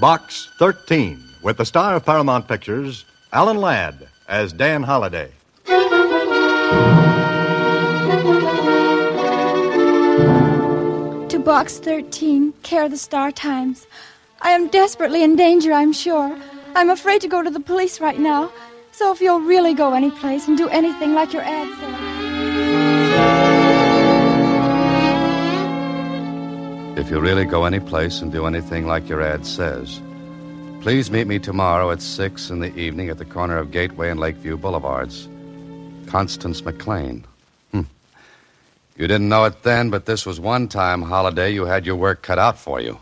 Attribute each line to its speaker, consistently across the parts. Speaker 1: Box 13, with the star of Paramount Pictures, Alan Ladd, as Dan Holliday.
Speaker 2: To Box 13, care the Star Times. I am desperately in danger, I'm sure. I'm afraid to go to the police right now. So if you'll really go anyplace and do anything like your ad said.
Speaker 3: If you really go any place and do anything like your ad says, please meet me tomorrow at 6 in the evening at the corner of Gateway and Lakeview Boulevards. Constance McLean. Hmm. You didn't know it then, but this was one time holiday you had your work cut out for you.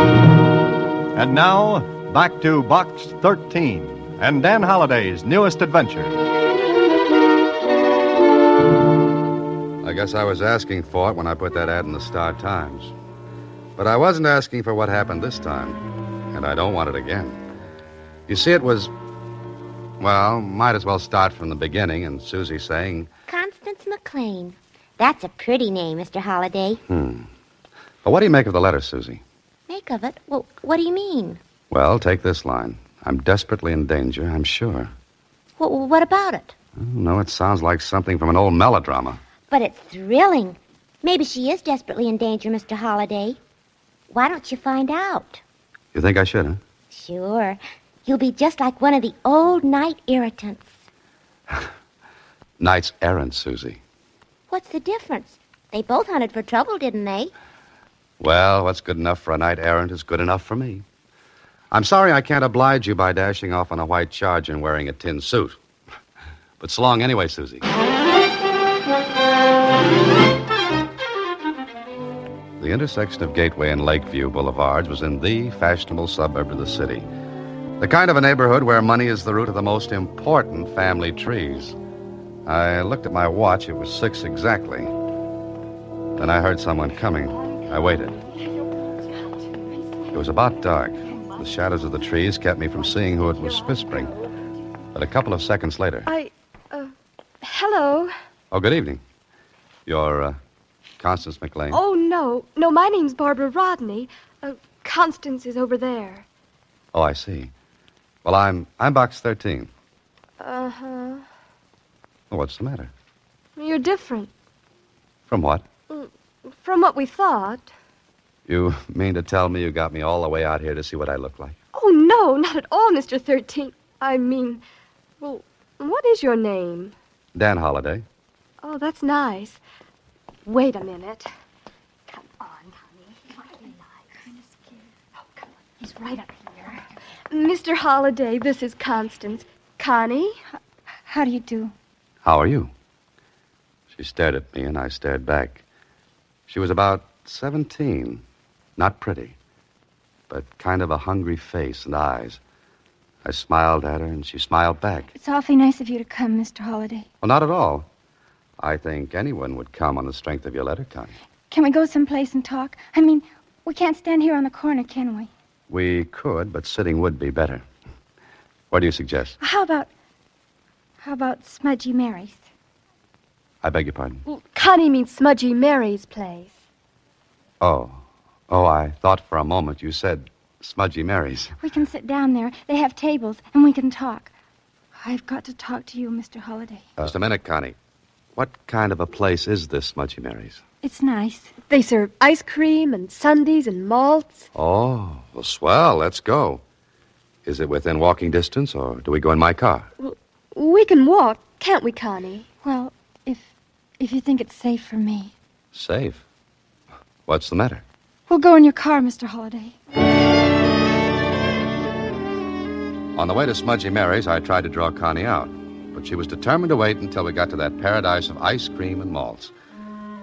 Speaker 1: And now, back to Box 13 and Dan Holliday's newest adventure.
Speaker 3: I guess I was asking for it when I put that ad in the Star Times. But I wasn't asking for what happened this time, and I don't want it again. You see, it was. Well, might as well start from the beginning, and Susie saying,
Speaker 4: Constance McLean. That's a pretty name, Mr. Holliday.
Speaker 3: hmm. But what do you make of the letter, Susie?
Speaker 4: Make of it? Well, what do you mean?
Speaker 3: Well, take this line I'm desperately in danger, I'm sure.
Speaker 4: What, what about it?
Speaker 3: Oh, no, it sounds like something from an old melodrama.
Speaker 4: But it's thrilling. Maybe she is desperately in danger, Mr. Holliday. Why don't you find out?
Speaker 3: You think I should, huh?
Speaker 4: Sure. You'll be just like one of the old night irritants.
Speaker 3: Knight's errant, Susie.
Speaker 4: What's the difference? They both hunted for trouble, didn't they?
Speaker 3: Well, what's good enough for a knight errant is good enough for me. I'm sorry I can't oblige you by dashing off on a white charge and wearing a tin suit. But so long anyway, Susie. The intersection of Gateway and Lakeview Boulevards was in the fashionable suburb of the city. The kind of a neighborhood where money is the root of the most important family trees. I looked at my watch. It was six exactly. Then I heard someone coming. I waited. It was about dark. The shadows of the trees kept me from seeing who it was whispering. But a couple of seconds later.
Speaker 2: I. Uh, hello?
Speaker 3: Oh, good evening. You're uh, Constance McLean.
Speaker 2: Oh, no. No, my name's Barbara Rodney. Uh, Constance is over there.
Speaker 3: Oh, I see. Well, I'm I'm box thirteen.
Speaker 2: Uh huh.
Speaker 3: Oh, what's the matter?
Speaker 2: You're different
Speaker 3: From what?
Speaker 2: from what we thought.
Speaker 3: You mean to tell me you got me all the way out here to see what I look like?
Speaker 2: Oh, no, not at all, Mr. 13. I mean, well, what is your name?
Speaker 3: Dan Holliday.
Speaker 2: Oh, that's nice. Wait a minute. Come on, honey. Come on. Oh, come on. He's right up here. Mr. Holliday, this is Constance. Connie? How do you do?
Speaker 3: How are you? She stared at me, and I stared back. She was about 17, not pretty, but kind of a hungry face and eyes. I smiled at her, and she smiled back.
Speaker 2: It's awfully nice of you to come, Mr. Holliday.
Speaker 3: Well, not at all. I think anyone would come on the strength of your letter, Connie.
Speaker 2: Can we go someplace and talk? I mean, we can't stand here on the corner, can we?
Speaker 3: We could, but sitting would be better. What do you suggest?
Speaker 2: How about. How about Smudgy Mary's?
Speaker 3: I beg your pardon.
Speaker 2: Connie means Smudgy Mary's place.
Speaker 3: Oh. Oh, I thought for a moment you said Smudgy Mary's.
Speaker 2: We can sit down there. They have tables, and we can talk. I've got to talk to you, Mr. Holliday.
Speaker 3: Just a minute, Connie. What kind of a place is this Smudgy Mary's?
Speaker 2: It's nice. They serve ice cream and sundaes and malts.
Speaker 3: Oh, well, swell. Let's go. Is it within walking distance, or do we go in my car?
Speaker 2: We can walk, can't we, Connie? Well, if if you think it's safe for me.
Speaker 3: Safe. What's the matter?
Speaker 2: We'll go in your car, Mr. Holliday.
Speaker 3: On the way to Smudgy Mary's, I tried to draw Connie out, but she was determined to wait until we got to that paradise of ice cream and malts.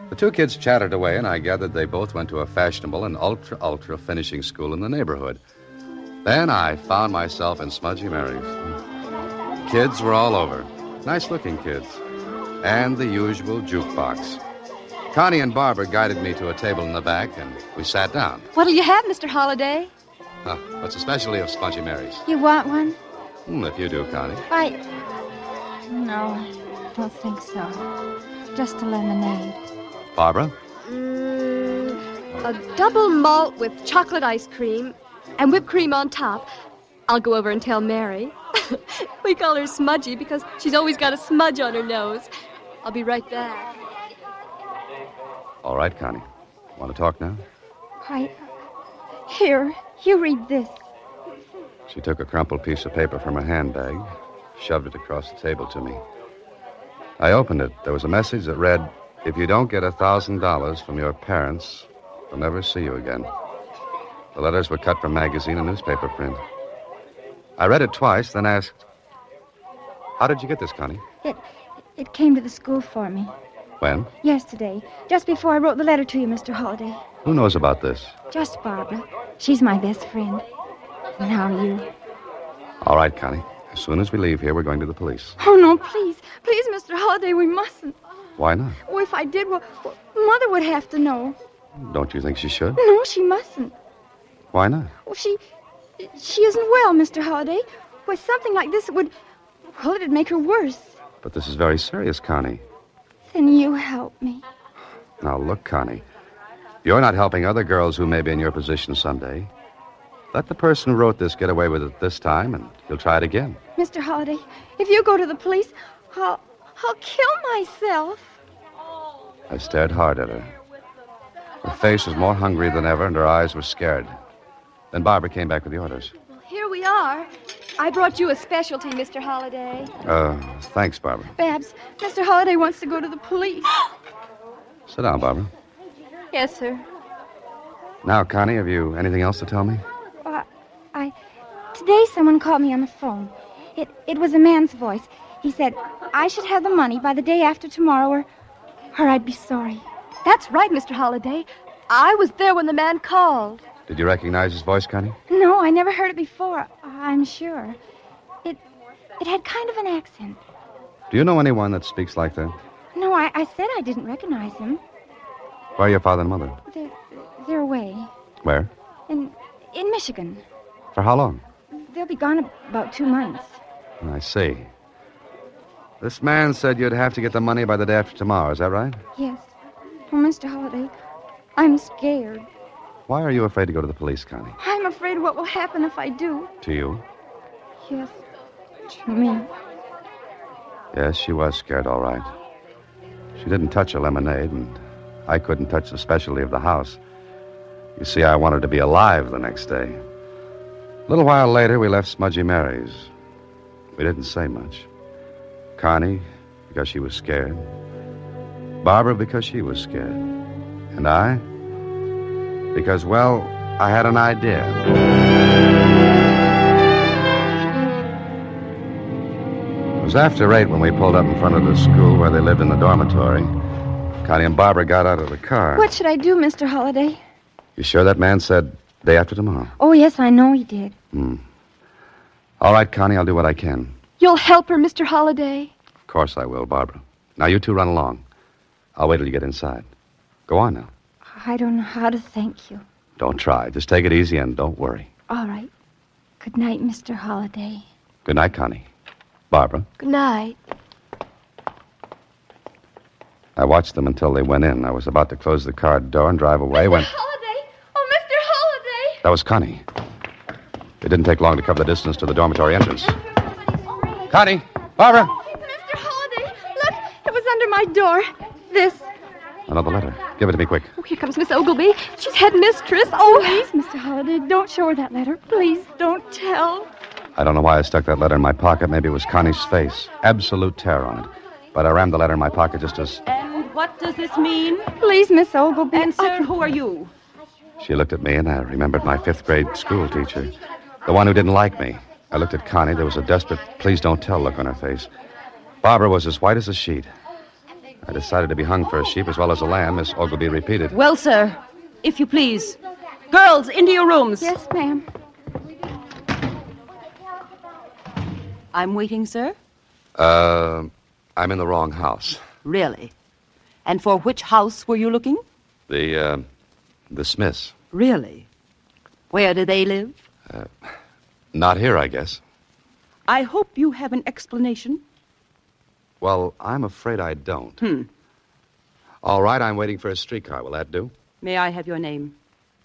Speaker 3: The two kids chattered away, and I gathered they both went to a fashionable and ultra ultra finishing school in the neighborhood. Then I found myself in Smudgy Mary's. Kids were all over, nice looking kids, and the usual jukebox. Connie and Barbara guided me to a table in the back, and we sat down.
Speaker 2: What'll you have, Mr. Holliday?
Speaker 3: Huh, what's the specialty of Smudgy Mary's?
Speaker 2: You want one?
Speaker 3: Hmm, if you do, Connie.
Speaker 2: I. No, I don't think so. Just a lemonade.
Speaker 3: Barbara?
Speaker 5: Mm, a double malt with chocolate ice cream and whipped cream on top. I'll go over and tell Mary. we call her Smudgy because she's always got a smudge on her nose. I'll be right back.
Speaker 3: All right, Connie. Want to talk now?
Speaker 2: I. Here, you read this.
Speaker 3: She took a crumpled piece of paper from her handbag, shoved it across the table to me. I opened it. There was a message that read, If you don't get a thousand dollars from your parents, they'll never see you again. The letters were cut from magazine and newspaper print. I read it twice, then asked, How did you get this, Connie?
Speaker 2: It, it came to the school for me
Speaker 3: When?
Speaker 2: yesterday, just before I wrote the letter to you, Mr. Holliday.
Speaker 3: Who knows about this?
Speaker 2: Just Barbara. She's my best friend. And how are you?
Speaker 3: All right, Connie. As soon as we leave here, we're going to the police.
Speaker 2: Oh, no, please. Please, Mr. Holliday, we mustn't.
Speaker 3: Why not?
Speaker 2: Oh, if I did, well, well, Mother would have to know.
Speaker 3: Don't you think she should?
Speaker 2: No, she mustn't.
Speaker 3: Why not?
Speaker 2: Well, she. She isn't well, Mr. Holliday. With something like this, it would. Well, it'd make her worse.
Speaker 3: But this is very serious, Connie.
Speaker 2: Then you help me.
Speaker 3: Now, look, Connie. You're not helping other girls who may be in your position someday. Let the person who wrote this get away with it this time, and he'll try it again.
Speaker 2: Mr. Holliday, if you go to the police, I'll. I'll kill myself.
Speaker 3: I stared hard at her. Her face was more hungry than ever, and her eyes were scared. Then Barbara came back with the orders.
Speaker 5: Well, here we are. I brought you a specialty, Mr. Holliday.
Speaker 3: Uh, thanks, Barbara.
Speaker 2: Babs, Mr. Holliday wants to go to the police.
Speaker 3: Sit down, Barbara.
Speaker 5: Yes, sir.
Speaker 3: Now, Connie, have you anything else to tell me?
Speaker 2: Uh, I. Today someone called me on the phone. It, it was a man's voice. He said, I should have the money by the day after tomorrow or, or I'd be sorry.
Speaker 5: That's right, Mr. Holliday. I was there when the man called.
Speaker 3: Did you recognize his voice, Connie?
Speaker 2: No, I never heard it before, I'm sure. It, it had kind of an accent.
Speaker 3: Do you know anyone that speaks like that?
Speaker 2: No, I, I said I didn't recognize him.
Speaker 3: Where are your father and mother?
Speaker 2: They're, they're away.
Speaker 3: Where?
Speaker 2: In, in Michigan.
Speaker 3: For how long?
Speaker 2: They'll be gone about two months.
Speaker 3: I see. This man said you'd have to get the money by the day after tomorrow, is that right?
Speaker 2: Yes. Oh, Mr. Holliday, I'm scared.
Speaker 3: Why are you afraid to go to the police, Connie?
Speaker 2: I'm afraid what will happen if I do.
Speaker 3: To you?
Speaker 2: Yes. To me.
Speaker 3: Yes, she was scared, all right. She didn't touch her lemonade, and I couldn't touch the specialty of the house. You see, I wanted to be alive the next day. A little while later, we left Smudgy Mary's. We didn't say much. Connie, because she was scared. Barbara, because she was scared. And I, because, well, I had an idea. It was after eight when we pulled up in front of the school where they lived in the dormitory. Connie and Barbara got out of the car.
Speaker 2: What should I do, Mr. Holliday?
Speaker 3: You sure that man said day after tomorrow?
Speaker 2: Oh, yes, I know he did.
Speaker 3: All right, Connie, I'll do what I can.
Speaker 5: You'll help her, Mr. Holliday.
Speaker 3: Of course I will, Barbara. Now you two run along. I'll wait till you get inside. Go on now.
Speaker 2: I don't know how to thank you.
Speaker 3: Don't try. Just take it easy and don't worry.
Speaker 2: All right. Good night, Mr. Holliday.
Speaker 3: Good night, Connie. Barbara,
Speaker 5: Good night.
Speaker 3: I watched them until they went in. I was about to close the car door and drive away when.
Speaker 5: Holliday? Oh, Mr. Holliday!
Speaker 3: That was Connie. It didn't take long to cover the distance to the dormitory entrance. Connie! Barbara!
Speaker 5: Mr. Holliday, look, it was under my door. This.
Speaker 3: Another letter. Give it to me quick.
Speaker 5: Oh, here comes Miss Ogilvy. She's headmistress. Oh,
Speaker 2: Please, Mr. Holliday, don't show her that letter. Please.
Speaker 5: please don't tell.
Speaker 3: I don't know why I stuck that letter in my pocket. Maybe it was Connie's face. Absolute terror on it. But I rammed the letter in my pocket just as
Speaker 6: And what does this mean?
Speaker 2: Please, Miss Ogilby.
Speaker 6: And, sir, who are you?
Speaker 3: She looked at me, and I remembered my fifth grade school teacher, the one who didn't like me. I looked at Connie. There was a desperate, please don't tell look on her face. Barbara was as white as a sheet. I decided to be hung for a sheep as well as a lamb, Miss Ogilvy repeated.
Speaker 6: Well, sir, if you please. Girls, into your rooms.
Speaker 2: Yes, ma'am.
Speaker 6: I'm waiting, sir.
Speaker 3: Uh, I'm in the wrong house.
Speaker 6: Really? And for which house were you looking?
Speaker 3: The, uh, the Smiths.
Speaker 6: Really? Where do they live?
Speaker 3: Not here, I guess.
Speaker 5: I hope you have an explanation.
Speaker 3: Well, I'm afraid I don't.
Speaker 5: Hmm.
Speaker 3: All right, I'm waiting for a streetcar. Will that do?
Speaker 5: May I have your name?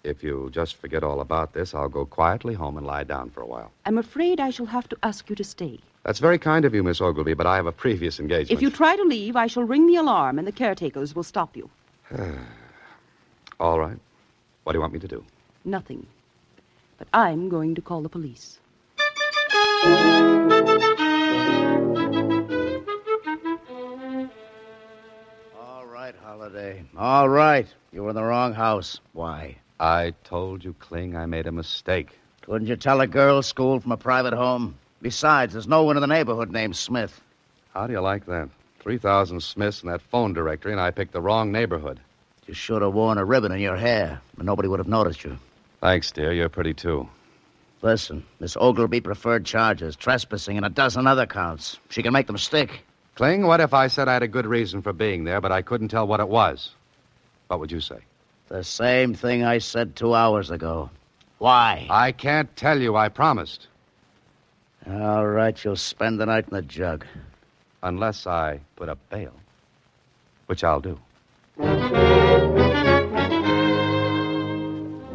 Speaker 3: If you just forget all about this, I'll go quietly home and lie down for a while.
Speaker 5: I'm afraid I shall have to ask you to stay.
Speaker 3: That's very kind of you, Miss Ogilvy, but I have a previous engagement.
Speaker 5: If you try to leave, I shall ring the alarm and the caretakers will stop you.
Speaker 3: All right. What do you want me to do?
Speaker 5: Nothing. But I'm going to call the police.
Speaker 7: All right, Holiday. All right. You were in the wrong house. Why?
Speaker 3: I told you, Kling, I made a mistake.
Speaker 7: Couldn't you tell a girls' school from a private home? Besides, there's no one in the neighborhood named Smith.
Speaker 3: How do you like that? 3,000 Smiths in that phone directory, and I picked the wrong neighborhood.
Speaker 7: You should have worn a ribbon in your hair, but nobody would have noticed you.
Speaker 3: Thanks, dear. You're pretty, too.
Speaker 7: Listen, Miss Ogilvy preferred charges, trespassing, and a dozen other counts. She can make them stick.
Speaker 3: Kling, what if I said I had a good reason for being there, but I couldn't tell what it was? What would you say?
Speaker 7: The same thing I said two hours ago. Why?
Speaker 3: I can't tell you. I promised.
Speaker 7: All right, you'll spend the night in the jug.
Speaker 3: Unless I put up bail, which I'll do.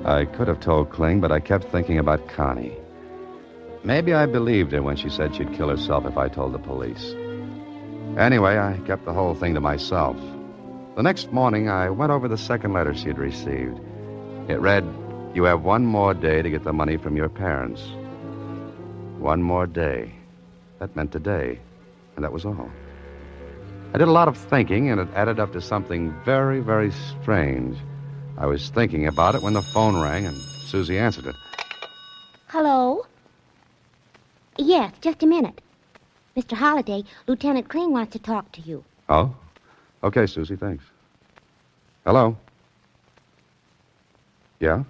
Speaker 3: I could have told Kling, but I kept thinking about Connie. Maybe I believed her when she said she'd kill herself if I told the police. Anyway, I kept the whole thing to myself. The next morning, I went over the second letter she had received. It read, You have one more day to get the money from your parents. One more day. That meant today, and that was all. I did a lot of thinking, and it added up to something very, very strange. I was thinking about it when the phone rang, and Susie answered it.
Speaker 4: Hello? Yes, just a minute. Mr. Holliday, Lieutenant Kling wants to talk to you.
Speaker 3: Oh? Okay, Susie, thanks. Hello? Yeah?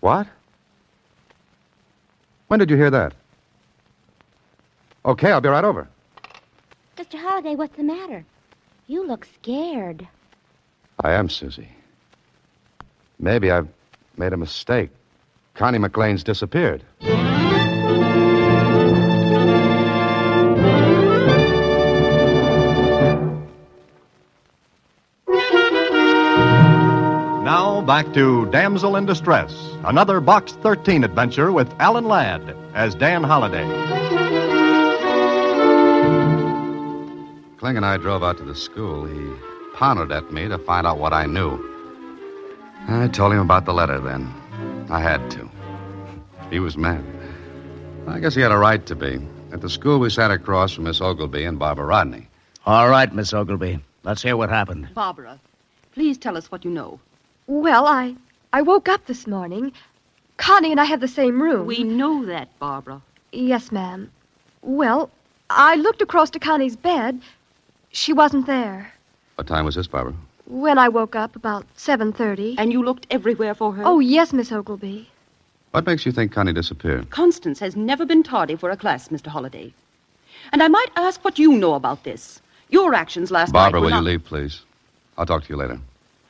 Speaker 3: What? When did you hear that? Okay, I'll be right over.
Speaker 4: Mr. Holliday, what's the matter? You look scared.
Speaker 3: I am, Susie. Maybe I've made a mistake. Connie McLean's disappeared.
Speaker 1: Now back to Damsel in Distress, another Box 13 adventure with Alan Ladd as Dan Holliday.
Speaker 3: Kling and I drove out to the school. He pounded at me to find out what I knew. I told him about the letter then. I had to. He was mad. I guess he had a right to be. At the school, we sat across from Miss Ogilvy and Barbara Rodney.
Speaker 7: All right, Miss Ogilvy. Let's hear what happened.
Speaker 5: Barbara, please tell us what you know.
Speaker 2: Well, I I woke up this morning. Connie and I have the same room.
Speaker 5: We know that, Barbara.
Speaker 2: Yes, ma'am. Well, I looked across to Connie's bed. She wasn't there.
Speaker 3: What time was this, Barbara?
Speaker 2: When I woke up about 7:30.
Speaker 5: And you looked everywhere for her.
Speaker 2: Oh, yes, Miss Ogilvy.
Speaker 3: What makes you think Connie disappeared?
Speaker 5: Constance has never been tardy for a class, Mr. Holliday. And I might ask what you know about this. Your actions last
Speaker 3: Barbara,
Speaker 5: night. were
Speaker 3: will you
Speaker 5: not-
Speaker 3: leave, please? I'll talk to you later.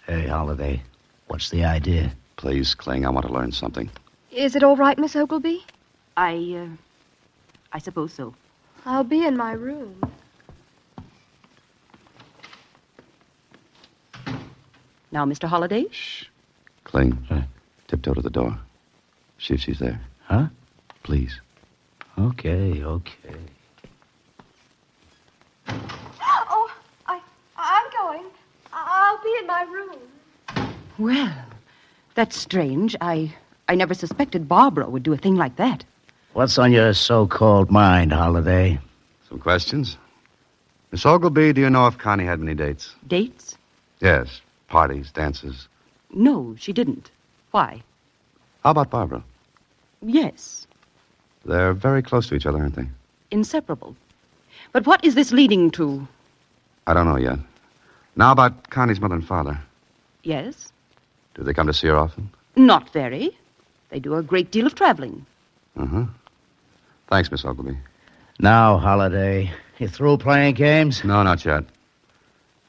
Speaker 7: Hey, Holiday, what's the idea?
Speaker 3: Please, Kling, I want to learn something.
Speaker 2: Is it all right, Miss Ogilvy?
Speaker 5: I, uh, I suppose so.
Speaker 2: I'll be in my room.
Speaker 5: Now, Mr. Holliday,
Speaker 3: Kling, tiptoe to the door. See if she's there.
Speaker 7: Huh?
Speaker 3: Please.
Speaker 7: Okay, okay.
Speaker 2: Oh, I I'm going. I'll be in my room.
Speaker 5: Well, that's strange. I I never suspected Barbara would do a thing like that.
Speaker 7: What's on your so called mind, Holiday?
Speaker 3: Some questions? Miss Ogilvy, do you know if Connie had many dates?
Speaker 5: Dates?
Speaker 3: Yes, parties, dances.
Speaker 5: No, she didn't. Why?
Speaker 3: How about Barbara?
Speaker 5: Yes,
Speaker 3: They're very close to each other, aren't they?
Speaker 5: inseparable. But what is this leading to?
Speaker 3: I don't know yet. Now about Connie's mother and father.
Speaker 5: Yes,
Speaker 3: Do they come to see her often?
Speaker 5: not very. They do a great deal of traveling.
Speaker 3: Uh-huh. Thanks, Miss Ogilvy.
Speaker 7: Now, Holiday, you through playing games?
Speaker 3: No, not yet.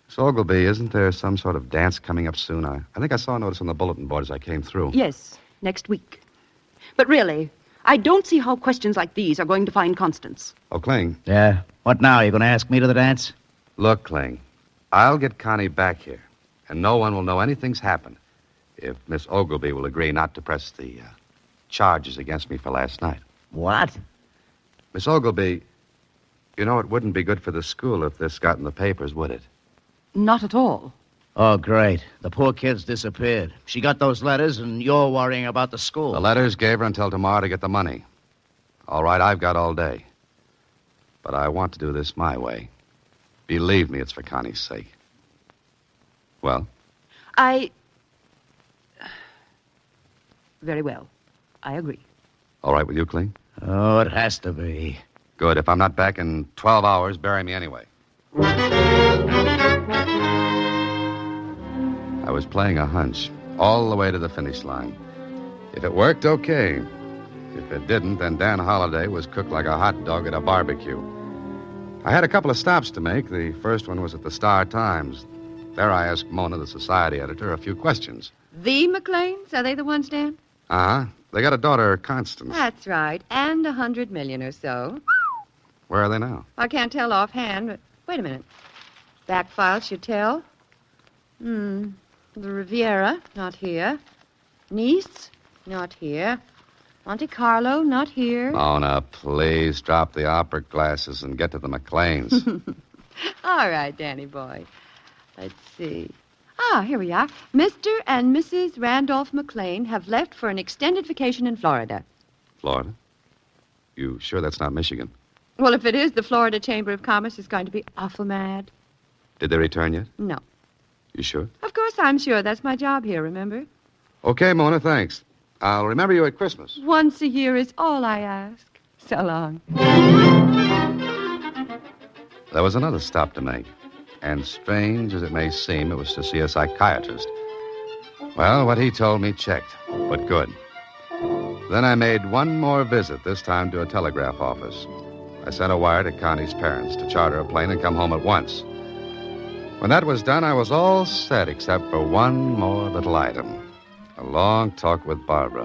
Speaker 3: Miss Ogilvy, isn't there some sort of dance coming up soon? I, I think I saw a notice on the bulletin board as I came through.
Speaker 5: Yes, next week. But really, I don't see how questions like these are going to find Constance.
Speaker 3: Oh, Kling.
Speaker 7: Yeah? What now? You going to ask me to the dance?
Speaker 3: Look, Kling, I'll get Connie back here, and no one will know anything's happened if Miss Ogilvy will agree not to press the uh, charges against me for last night.
Speaker 7: What?
Speaker 3: Miss Ogilvy, you know, it wouldn't be good for the school if this got in the papers, would it?
Speaker 5: Not at all.
Speaker 7: Oh, great. The poor kid's disappeared. She got those letters, and you're worrying about the school.
Speaker 3: The letters gave her until tomorrow to get the money. All right, I've got all day. But I want to do this my way. Believe me, it's for Connie's sake. Well,
Speaker 5: I. Very well. I agree.
Speaker 3: all right with you, Kling?
Speaker 7: oh, it has to be.
Speaker 3: Good. If I'm not back in 12 hours, bury me anyway. I was playing a hunch all the way to the finish line. If it worked, okay. If it didn't, then Dan Holliday was cooked like a hot dog at a barbecue. I had a couple of stops to make. The first one was at the Star Times. There I asked Mona, the society editor, a few questions.
Speaker 8: The McLeans? Are they the ones, Dan?
Speaker 3: Uh huh. They got a daughter, Constance.
Speaker 8: That's right. And a hundred million or so.
Speaker 3: Where are they now?
Speaker 8: I can't tell offhand, but wait a minute. Back file should tell. Hmm. The Riviera, not here. Nice, not here. Monte Carlo, not here.
Speaker 3: Mona, please drop the opera glasses and get to the McLeans.
Speaker 8: All right, Danny boy. Let's see. Ah, here we are. Mr. and Mrs. Randolph McLean have left for an extended vacation in Florida.
Speaker 3: Florida? You sure that's not Michigan?
Speaker 8: Well, if it is, the Florida Chamber of Commerce is going to be awful mad.
Speaker 3: Did they return yet?
Speaker 8: No.
Speaker 3: You sure?
Speaker 8: Of course, I'm sure. That's my job here, remember?
Speaker 3: Okay, Mona, thanks. I'll remember you at Christmas.
Speaker 8: Once a year is all I ask. So long.
Speaker 3: There was another stop to make, and strange as it may seem, it was to see a psychiatrist. Well, what he told me checked, but good. Then I made one more visit, this time to a telegraph office. I sent a wire to Connie's parents to charter a plane and come home at once. When that was done, I was all set except for one more little item a long talk with Barbara.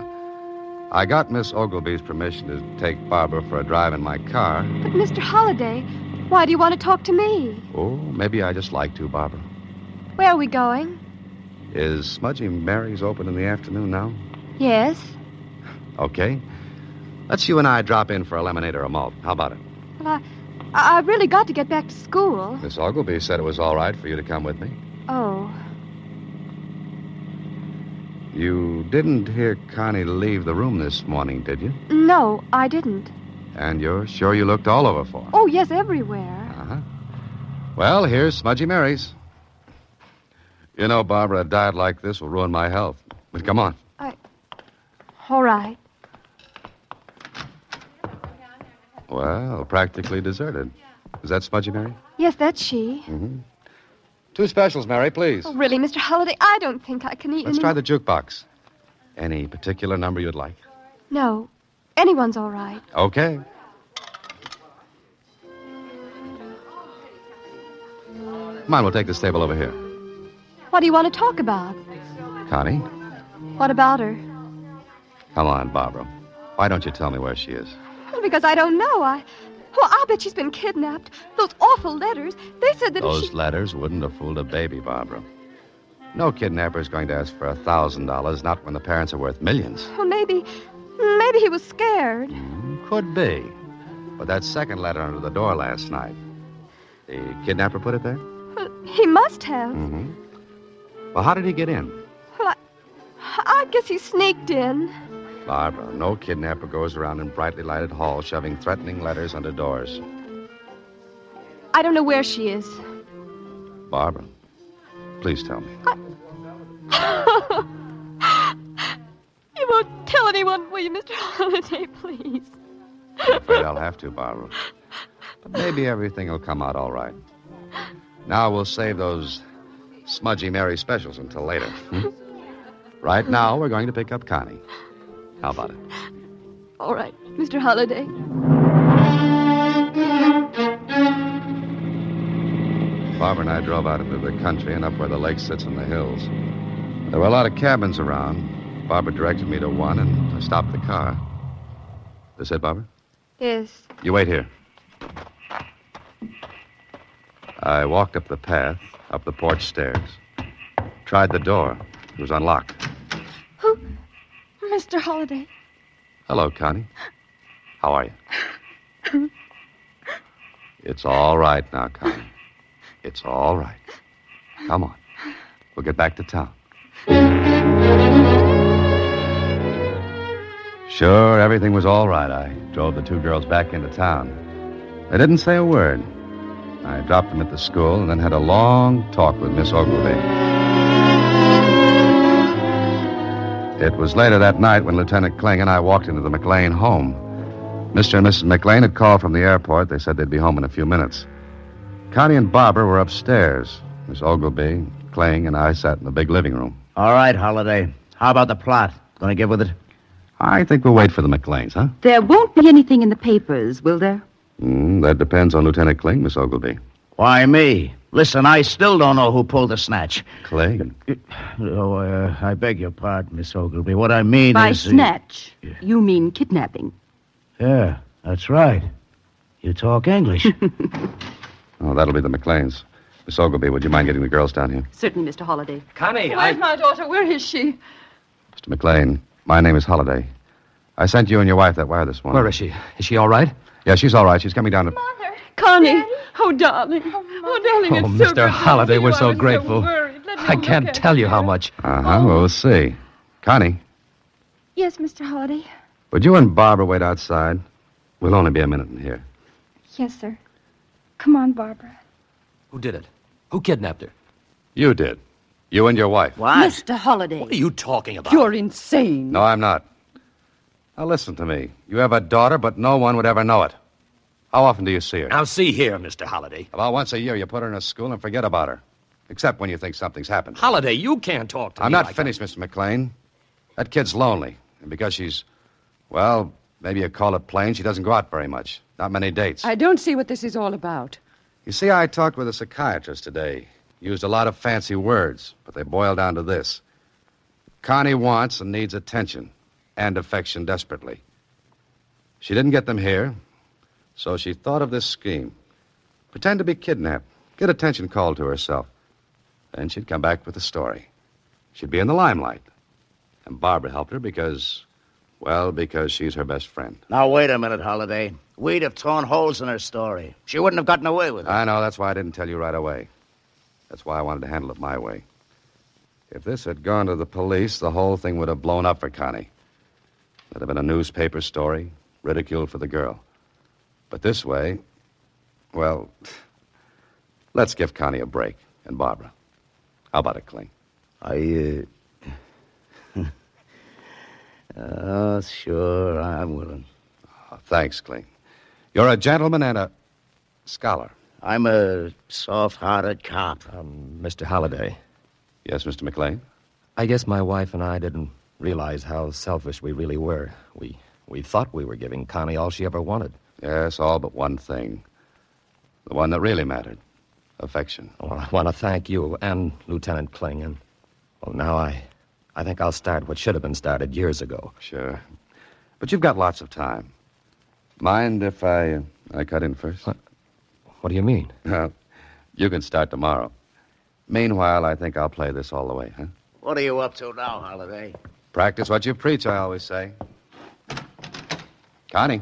Speaker 3: I got Miss Ogilvy's permission to take Barbara for a drive in my car.
Speaker 2: But, Mr. Holliday, why do you want to talk to me?
Speaker 3: Oh, maybe I just like to, Barbara.
Speaker 2: Where are we going?
Speaker 3: Is Smudgy Mary's open in the afternoon now?
Speaker 2: Yes.
Speaker 3: Okay. Let's you and I drop in for a lemonade or a malt. How about it?
Speaker 2: Well, I, I really got to get back to school.
Speaker 3: Miss Ogilvy said it was all right for you to come with me.
Speaker 2: Oh,
Speaker 3: You didn't hear Connie leave the room this morning, did you?
Speaker 2: no, I didn't.
Speaker 3: And you're sure you looked all over for her?
Speaker 2: Oh, yes, everywhere.
Speaker 3: Uh-huh. Well, here's Smudgy Mary's. You know, Barbara, a diet like this will ruin my health. But come on.
Speaker 2: All right.
Speaker 3: Well, practically deserted. Is that Smudgy Mary?
Speaker 2: Yes, that's she.
Speaker 3: Two specials, Mary, please.
Speaker 2: Oh, really, Mr. Holliday, I don't think I can eat.
Speaker 3: Let's
Speaker 2: any-
Speaker 3: try the jukebox. Any particular number you'd like?
Speaker 2: No, anyone's all right.
Speaker 3: Okay. Mine will take this table over here.
Speaker 2: What do you want to talk about?
Speaker 3: Connie,
Speaker 2: What about her?
Speaker 3: come on, Barbara. Why don't you tell me where she is?
Speaker 2: Well, because I don't know. I. Well, I'll bet she's been kidnapped. Those awful letters. They said that if
Speaker 3: Those
Speaker 2: she.
Speaker 3: letters wouldn't have fooled a baby, Barbara. No kidnapper is going to ask for a thousand dollars, not when the parents are worth millions. Hmm,
Speaker 2: Well, maybe. Maybe he was scared.
Speaker 3: Could be. But that second letter under the door last night, the kidnapper put it there?
Speaker 2: Well, he must have.
Speaker 3: Mm-hmm. Well, how did he get in?
Speaker 2: Well, I, I guess he sneaked in.
Speaker 3: Barbara, no kidnapper goes around in brightly lighted halls shoving threatening letters under doors.
Speaker 2: I don't know where she is.
Speaker 3: Barbara, please tell me.
Speaker 2: You won't tell anyone, will you, Mr. Holliday, please?
Speaker 3: I'm afraid I'll have to, Barbara. But maybe everything will come out all right. Now we'll save those smudgy Mary specials until later. hmm? Right now, we're going to pick up Connie. How about it?
Speaker 2: All right, Mr. Holliday.
Speaker 3: Barbara and I drove out into the country and up where the lake sits in the hills. There were a lot of cabins around. Barbara directed me to one, and I stopped the car. This it, Barbara?
Speaker 8: Yes.
Speaker 3: You wait here. I walked up the path, up the porch stairs, tried the door. It was unlocked.
Speaker 9: Mr. Holliday.
Speaker 3: Hello, Connie. How are you? It's all right now, Connie. It's all right. Come on. We'll get back to town. Sure, everything was all right. I drove the two girls back into town. They didn't say a word. I dropped them at the school and then had a long talk with Miss Ogilvy. It was later that night when Lieutenant Kling and I walked into the McLean home. Mr. and Mrs. McLean had called from the airport. They said they'd be home in a few minutes. Connie and Barbara were upstairs. Miss Ogilvy, Kling, and I sat in the big living room.
Speaker 7: All right, Holiday. How about the plot? Gonna give with it?
Speaker 3: I think we'll wait for the McLeans, huh?
Speaker 5: There won't be anything in the papers, will there?
Speaker 3: Mm, that depends on Lieutenant Kling, Miss Ogilvy.
Speaker 7: Why me? Listen, I still don't know who pulled the snatch.
Speaker 3: Kling?
Speaker 7: Oh, uh, I beg your pardon, Miss Ogilvy. What I mean
Speaker 5: By
Speaker 7: is.
Speaker 5: snatch, you mean kidnapping.
Speaker 7: Yeah, that's right. You talk English.
Speaker 3: Oh, that'll be the McLeans. Miss Ogilvy, would you mind getting the girls down here?
Speaker 5: Certainly, Mr. Holliday.
Speaker 10: Connie,
Speaker 8: Where's my daughter? Where is she?
Speaker 3: Mr. McLean, my name is Holliday. I sent you and your wife that wire this morning.
Speaker 10: Where is she? Is she all right?
Speaker 3: Yeah, she's all right. She's coming down to.
Speaker 8: Connie. Oh, darling. Oh, darling,
Speaker 10: Oh,
Speaker 8: it's so
Speaker 10: Mr.
Speaker 8: good to
Speaker 10: Holliday,
Speaker 8: see
Speaker 10: we're
Speaker 8: you.
Speaker 10: so
Speaker 8: I was
Speaker 10: grateful.
Speaker 8: worried. Let me
Speaker 10: I
Speaker 8: look
Speaker 10: can't
Speaker 8: at
Speaker 10: tell you how much.
Speaker 3: Uh huh. We'll see. Connie,
Speaker 9: Yes, Mr. Holliday.
Speaker 3: would you and Barbara wait outside? We'll only be a minute in here.
Speaker 9: Yes, sir. Come on, Barbara.
Speaker 10: Who did it? Who kidnapped her?
Speaker 3: You did. You and your wife.
Speaker 7: what?
Speaker 5: Mr. Holliday.
Speaker 10: What are you talking about?
Speaker 5: You're insane.
Speaker 3: No, I'm not. Now listen to me. You have a daughter, but no one would ever know it. How often do you see her?
Speaker 10: Now, see here, Mr. Holliday.
Speaker 3: About once a year, you put her in a school and forget about her. Except when you think something's happened.
Speaker 10: Holliday, you can't talk to
Speaker 3: I'm
Speaker 10: me.
Speaker 3: not
Speaker 10: like
Speaker 3: finished, Mr. McLean. That kid's lonely. And because she's, well, maybe you call it plain, she doesn't go out very much. Not many dates.
Speaker 8: I don't see what this is all about.
Speaker 3: You see, I talked with a psychiatrist today. Used a lot of fancy words, but they boil down to this Connie wants and needs attention and affection desperately. She didn't get them here, so she thought of this scheme pretend to be kidnapped, get attention called to herself. Then she'd come back with a story. She'd be in the limelight. And Barbara helped her because, well, because she's her best friend.
Speaker 7: Now, wait a minute, Holiday. We'd have torn holes in her story. She wouldn't have gotten away with it.
Speaker 3: I know. That's why I didn't tell you right away. That's why I wanted to handle it my way. If this had gone to the police, the whole thing would have blown up for Connie. There'd have been a newspaper story, ridicule for the girl. But this way, well, let's give Connie a break and Barbara. How about it, Kling?
Speaker 7: I, uh... oh, sure, I'm willing.
Speaker 3: Oh, thanks, Kling. You're a gentleman and a scholar.
Speaker 7: I'm a soft-hearted cop.
Speaker 10: Um, Mr. Holliday,
Speaker 3: Yes, Mr. McLean?
Speaker 10: I guess my wife and I didn't realize how selfish we really were. We we thought we were giving Connie all she ever wanted.
Speaker 3: Yes, all but one thing. The one that really mattered affection.
Speaker 10: I want, to thank you and Lieutenant Kling, and well, now I, I think I'll start what should have been started years ago.
Speaker 3: Sure. But you've got lots of time. Mind if I uh, I cut in first?
Speaker 10: What do you mean?
Speaker 3: Well, you can start tomorrow. Meanwhile, I think I'll play this all the way, huh?
Speaker 7: What are you up to now, Holiday?
Speaker 3: Practice what you preach, I always say. Connie.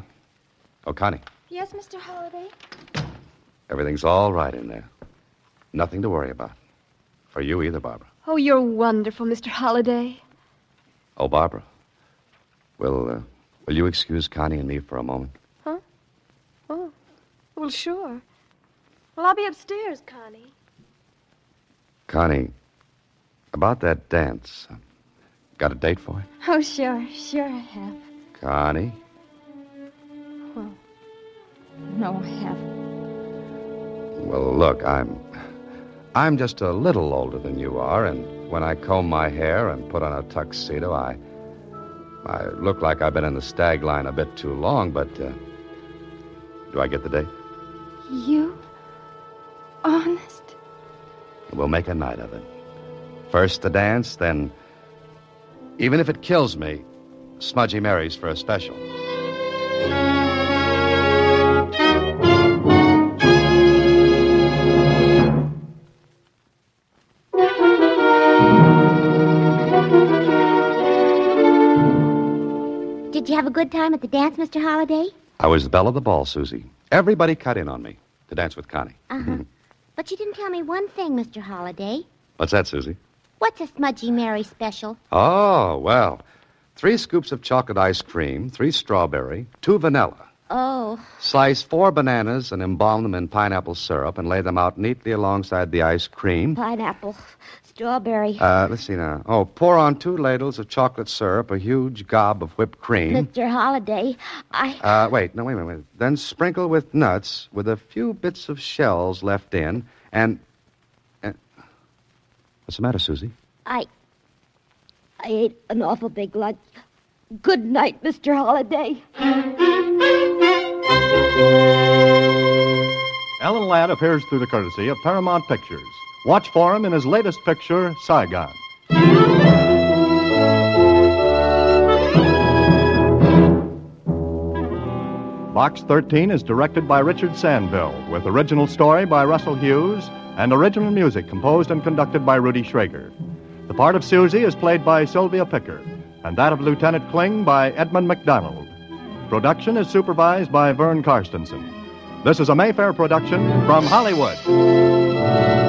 Speaker 3: Oh, Connie,
Speaker 9: Yes, Mr. Holliday.
Speaker 3: everything's all right in there. Nothing to worry about. For you either, Barbara.
Speaker 2: Oh, you're wonderful, Mr. Holliday.
Speaker 3: Oh, Barbara. Will, uh, will you excuse Connie and me for a moment?
Speaker 2: Well, sure. Well, I'll be upstairs, Connie.
Speaker 3: Connie, about that dance. uh, Got a date for it?
Speaker 9: Oh, sure, sure I have.
Speaker 3: Connie?
Speaker 9: No, I haven't.
Speaker 3: Well, look, I'm. I'm just a little older than you are, and when I comb my hair and put on a tuxedo, I. I look like I've been in the stag line a bit too long, but. Uh, do I get the date?
Speaker 9: You? Honest?
Speaker 3: We'll make a night of it. First the dance, then. Even if it kills me, Smudgy Mary's for a special.
Speaker 4: Did you have a good time at the dance, Mr. Holliday?
Speaker 3: I was the belle of the ball, Susie. Everybody cut in on me to dance with Connie.
Speaker 4: Uh-huh. But you didn't tell me one thing, Mr. Holliday.
Speaker 3: What's that, Susie?
Speaker 4: What's a Smudgy Mary special?
Speaker 3: Oh, well, three scoops of chocolate ice cream, three strawberry, two vanilla.
Speaker 4: Oh,
Speaker 3: Slice four bananas and embalm them in pineapple syrup and lay them out neatly alongside the ice cream.
Speaker 4: pineapple, strawberry.
Speaker 3: Uh, let's see now. Oh, pour on two ladles of chocolate syrup, a huge gob of whipped cream.
Speaker 4: Mr. Holliday, I.
Speaker 3: Uh, wait, no, wait a minute. wait. Then sprinkle with nuts with a few bits of shells left in and. and- What's the matter, Susie?
Speaker 4: I. I ate an awful big lunch. Good night, Mr. Holliday.
Speaker 1: Alan Ladd appears through the courtesy of Paramount Pictures. Watch for him in his latest picture, Saigon. Box 13 is directed by Richard Sandville, with original story by Russell Hughes and original music composed and conducted by Rudy Schrager. The part of Susie is played by Sylvia Picker, and that of Lieutenant Kling by Edmund McDonald. Production is supervised by Vern Karstensen. This is a Mayfair production from Hollywood.